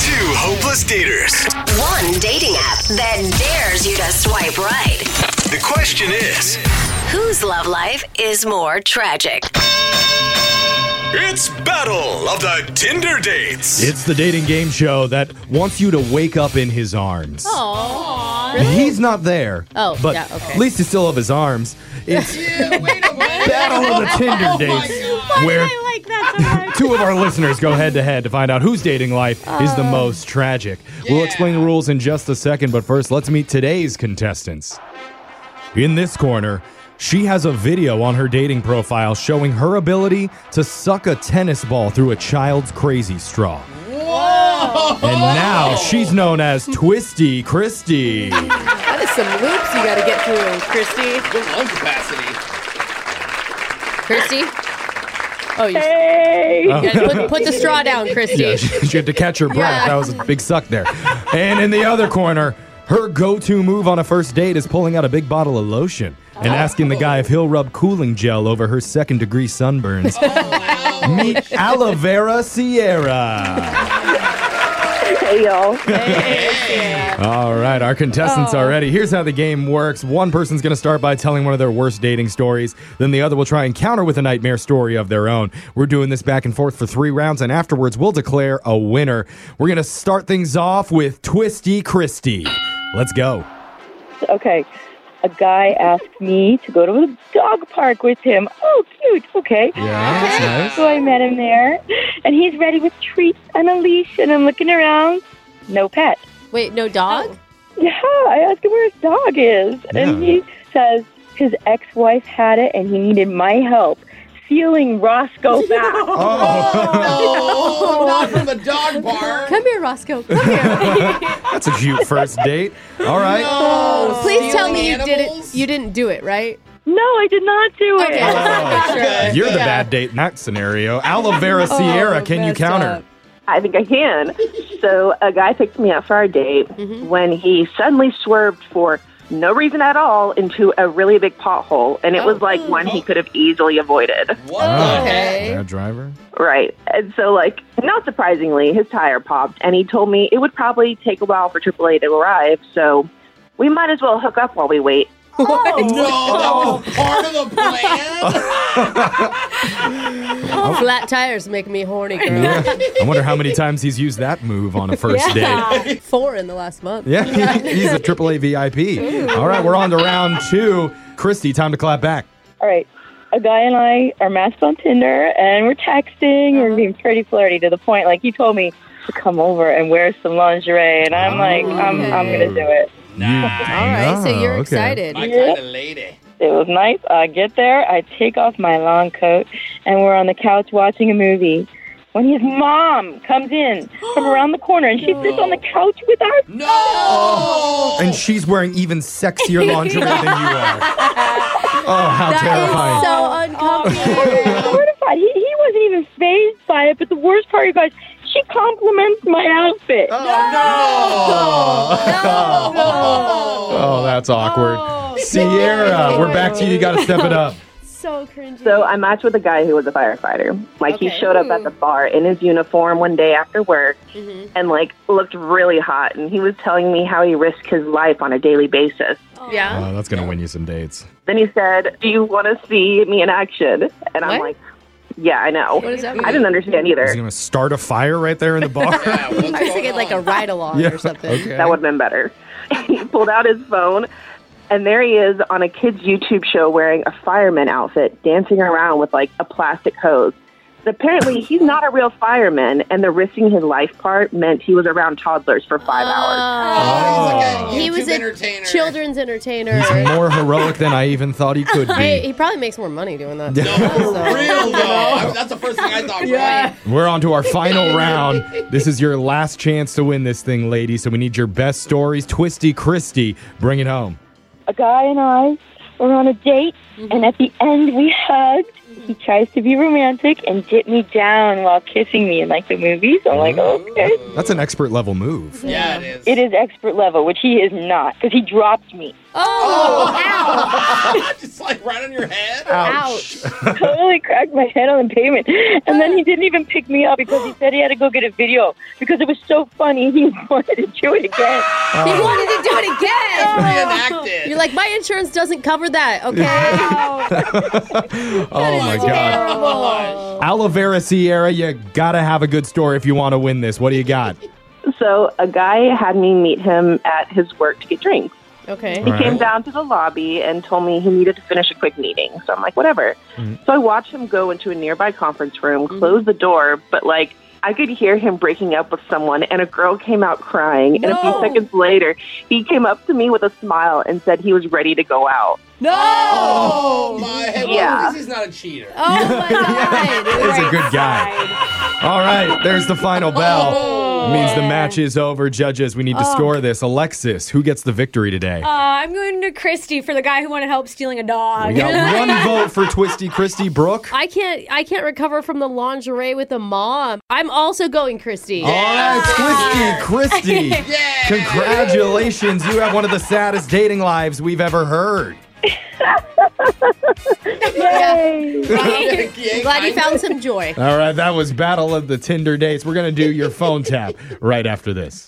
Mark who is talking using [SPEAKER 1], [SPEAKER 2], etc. [SPEAKER 1] Hopeless daters.
[SPEAKER 2] One dating app that dares you to swipe right.
[SPEAKER 1] The question is,
[SPEAKER 2] Whose love life is more tragic?
[SPEAKER 1] it's battle of the Tinder dates.
[SPEAKER 3] It's the dating game show that wants you to wake up in his arms.
[SPEAKER 4] Aww.
[SPEAKER 3] He's not there.
[SPEAKER 4] Oh,
[SPEAKER 3] but
[SPEAKER 4] yeah, okay.
[SPEAKER 3] at least you still have his arms. It's battle of the Tinder dates, where
[SPEAKER 4] I like that so much.
[SPEAKER 3] two of our listeners go head to head to find out whose dating life is the most tragic. We'll explain the rules in just a second, but first, let's meet today's contestants. In this corner, she has a video on her dating profile showing her ability to suck a tennis ball through a child's crazy straw. And now she's known as Twisty Christie.
[SPEAKER 4] that is some loops you got to get through, Christy.
[SPEAKER 5] Your lung capacity.
[SPEAKER 4] Christy. Oh, you yeah, put, put the straw down, Christy.
[SPEAKER 3] Yeah, she, she had to catch her breath.
[SPEAKER 4] Yeah.
[SPEAKER 3] That was a big suck there. And in the other corner, her go-to move on a first date is pulling out a big bottle of lotion and asking the guy if he'll rub cooling gel over her second-degree sunburns. Meet Aloe Vera Sierra.
[SPEAKER 6] Hey y'all.
[SPEAKER 3] All right, our contestants
[SPEAKER 4] Oh.
[SPEAKER 3] are ready. Here's how the game works. One person's going to start by telling one of their worst dating stories. Then the other will try and counter with a nightmare story of their own. We're doing this back and forth for three rounds, and afterwards we'll declare a winner. We're going to start things off with Twisty Christie. Let's go.
[SPEAKER 6] Okay. A guy asked me to go to the dog park with him. Oh, cute. Okay. So I met him there, and he's ready with treats and a leash, and I'm looking around. No pet.
[SPEAKER 4] Wait, no dog?
[SPEAKER 6] Yeah, I asked him where his dog is, and
[SPEAKER 3] Yeah.
[SPEAKER 6] he says his ex-wife had it, and he needed my help sealing Roscoe back.
[SPEAKER 5] Oh, not from the dog park.
[SPEAKER 4] Come here, Roscoe. Come here.
[SPEAKER 3] That's a cute first date. All right.
[SPEAKER 5] No,
[SPEAKER 4] Please tell me you
[SPEAKER 5] stealing
[SPEAKER 4] did it.
[SPEAKER 5] animals?
[SPEAKER 4] You didn't do it, right?
[SPEAKER 6] No, I did not do it.
[SPEAKER 4] Okay. Make sure.
[SPEAKER 5] okay.
[SPEAKER 3] You're the
[SPEAKER 4] Yeah.
[SPEAKER 3] bad date in that scenario. Aloe Vera Sierra,
[SPEAKER 4] Oh,
[SPEAKER 3] can you
[SPEAKER 4] messed
[SPEAKER 3] counter?
[SPEAKER 4] up.
[SPEAKER 7] I think I can. so a guy picked me up for our date when he suddenly swerved for no reason at all into a really big pothole, and it was like one he could have easily avoided.
[SPEAKER 5] What the heck?
[SPEAKER 4] Okay.
[SPEAKER 3] Oh, Bad driver.
[SPEAKER 7] Right. And so, like, not surprisingly, his tire popped, and he told me it would probably take a while for AAA to arrive. So we might as well hook up while we wait.
[SPEAKER 5] No, that was part of the plan.
[SPEAKER 4] Oh. Flat tires make me horny, girl.
[SPEAKER 3] Yeah. I wonder how many times he's used that move on a first date.
[SPEAKER 4] Four in the last month.
[SPEAKER 3] Yeah, he's a AAA VIP. All right, we're on to round two. Christy, time to clap back.
[SPEAKER 6] All right. A guy and I are matched on Tinder and we're texting. We're being pretty flirty to the point like he told me to come over and wear some lingerie and I'm like, I'm I'm gonna do it.
[SPEAKER 3] Nah.
[SPEAKER 4] All right, so you're
[SPEAKER 3] Oh, okay.
[SPEAKER 4] excited.
[SPEAKER 5] My kind of lady.
[SPEAKER 6] It was nice. I get there, I take off my long coat and we're on the couch watching a movie. When his mom comes in from around the corner and she sits on the couch with our
[SPEAKER 5] No.
[SPEAKER 3] And she's wearing even sexier lingerie than you are. Oh, how terrifying.
[SPEAKER 4] That is so uncomfortable.
[SPEAKER 6] mortified. He he wasn't even phased by it, but the worst part you guys she compliments my outfit.
[SPEAKER 4] No, no.
[SPEAKER 3] oh, that's awkward.
[SPEAKER 4] Oh,
[SPEAKER 3] Sierra, we're back to you. You got to step it up.
[SPEAKER 4] So cringy.
[SPEAKER 7] So I matched with a guy who was a firefighter. Like
[SPEAKER 4] Okay.
[SPEAKER 7] he showed up at the bar in his uniform one day after work
[SPEAKER 4] Mm-hmm.
[SPEAKER 7] and like looked really hot and he was telling me how he risked his life on a daily basis.
[SPEAKER 4] yeah.
[SPEAKER 3] Oh, that's going to win you some dates.
[SPEAKER 7] Then he said, "Do you want to see me in action?" And I'm
[SPEAKER 4] What?
[SPEAKER 7] like, "Yeah, I know."
[SPEAKER 4] What does that mean?
[SPEAKER 7] I didn't understand
[SPEAKER 3] He's
[SPEAKER 7] either.
[SPEAKER 3] going to start a fire right there in the bar.
[SPEAKER 5] Yeah,
[SPEAKER 4] I
[SPEAKER 5] what's
[SPEAKER 4] was
[SPEAKER 5] going
[SPEAKER 4] thinking like a
[SPEAKER 5] on?
[SPEAKER 4] ride along or something.
[SPEAKER 3] Okay.
[SPEAKER 7] That would have been better. he pulled out his phone and there he is on a kids YouTube show wearing a fireman outfit, dancing around with like a plastic hose. And apparently, he's not a real fireman, and the risking his life part meant he was around toddlers for five hours.
[SPEAKER 5] Oh, he's like a
[SPEAKER 4] He
[SPEAKER 5] YouTube
[SPEAKER 4] was a
[SPEAKER 5] entertainer.
[SPEAKER 4] children's entertainer.
[SPEAKER 3] He's more heroic than I even thought he could
[SPEAKER 4] Hey,
[SPEAKER 3] be.
[SPEAKER 4] he probably makes more money doing that.
[SPEAKER 5] No, for real though. I mean, that's the first thing I thought.
[SPEAKER 4] Yeah.
[SPEAKER 5] Right?
[SPEAKER 3] We're on to our final round. This is your last chance to win this thing, lady. So we need your best stories. Twisty Christie, bring it home.
[SPEAKER 6] a guy and I were on a date, and at the end we hugged. He tries to be romantic and dip me down while kissing me in like the movies. I'm like, okay.
[SPEAKER 3] That's an expert level move.
[SPEAKER 5] Yeah, it is.
[SPEAKER 6] It is expert level, which he is not, because he dropped me.
[SPEAKER 4] Oh,
[SPEAKER 5] Just like right on your head.
[SPEAKER 4] ouch.
[SPEAKER 6] totally cracked my head on the pavement. And then he didn't even pick me up because he said he had to go get a video because it was so funny. He wanted to do it again.
[SPEAKER 4] He
[SPEAKER 3] Oh.
[SPEAKER 4] wanted to do it again.
[SPEAKER 5] Reenacted.
[SPEAKER 4] You're like, my insurance doesn't cover that, okay?
[SPEAKER 3] Oh my God.
[SPEAKER 4] Terrible.
[SPEAKER 3] Olivera Sierra, you gotta have a good story if you want to win this. What do you got?
[SPEAKER 7] So a guy had me meet him at his work to get drinks.
[SPEAKER 4] Okay.
[SPEAKER 3] All right.
[SPEAKER 7] Came down to the lobby and told me he needed to finish a quick meeting. So I'm like, whatever. So I watched him go into a nearby conference room, close the door, but like I could hear him breaking up with someone, and a girl came out crying. And a few
[SPEAKER 4] No.
[SPEAKER 7] seconds later, he came up to me with a smile and said he was ready to go out.
[SPEAKER 4] No!
[SPEAKER 5] Oh my head.
[SPEAKER 7] Yeah.
[SPEAKER 5] Well, at least he's not a cheater.
[SPEAKER 4] Oh my god. Uh,
[SPEAKER 3] He's a good guy. All right, there's the final bell. Means the match is over. Judges, we need to score this. Alexis, who gets the victory today?
[SPEAKER 8] Uh, I'm going to Christy for the guy who wanted help stealing a
[SPEAKER 4] Oh,
[SPEAKER 8] dog.
[SPEAKER 3] We got one vote for Twisty Christie Brooke.
[SPEAKER 4] I can't I can't recover from the lingerie with a mom. I'm also going, Christy.
[SPEAKER 3] All right, Twisty Christie.
[SPEAKER 5] Yeah.
[SPEAKER 3] Congratulations, you have one of the saddest dating lives we've ever heard.
[SPEAKER 4] I'm glad you found some joy.
[SPEAKER 3] All right, that was Battle of the Tinder Dates. We're going to do your phone tap right after this.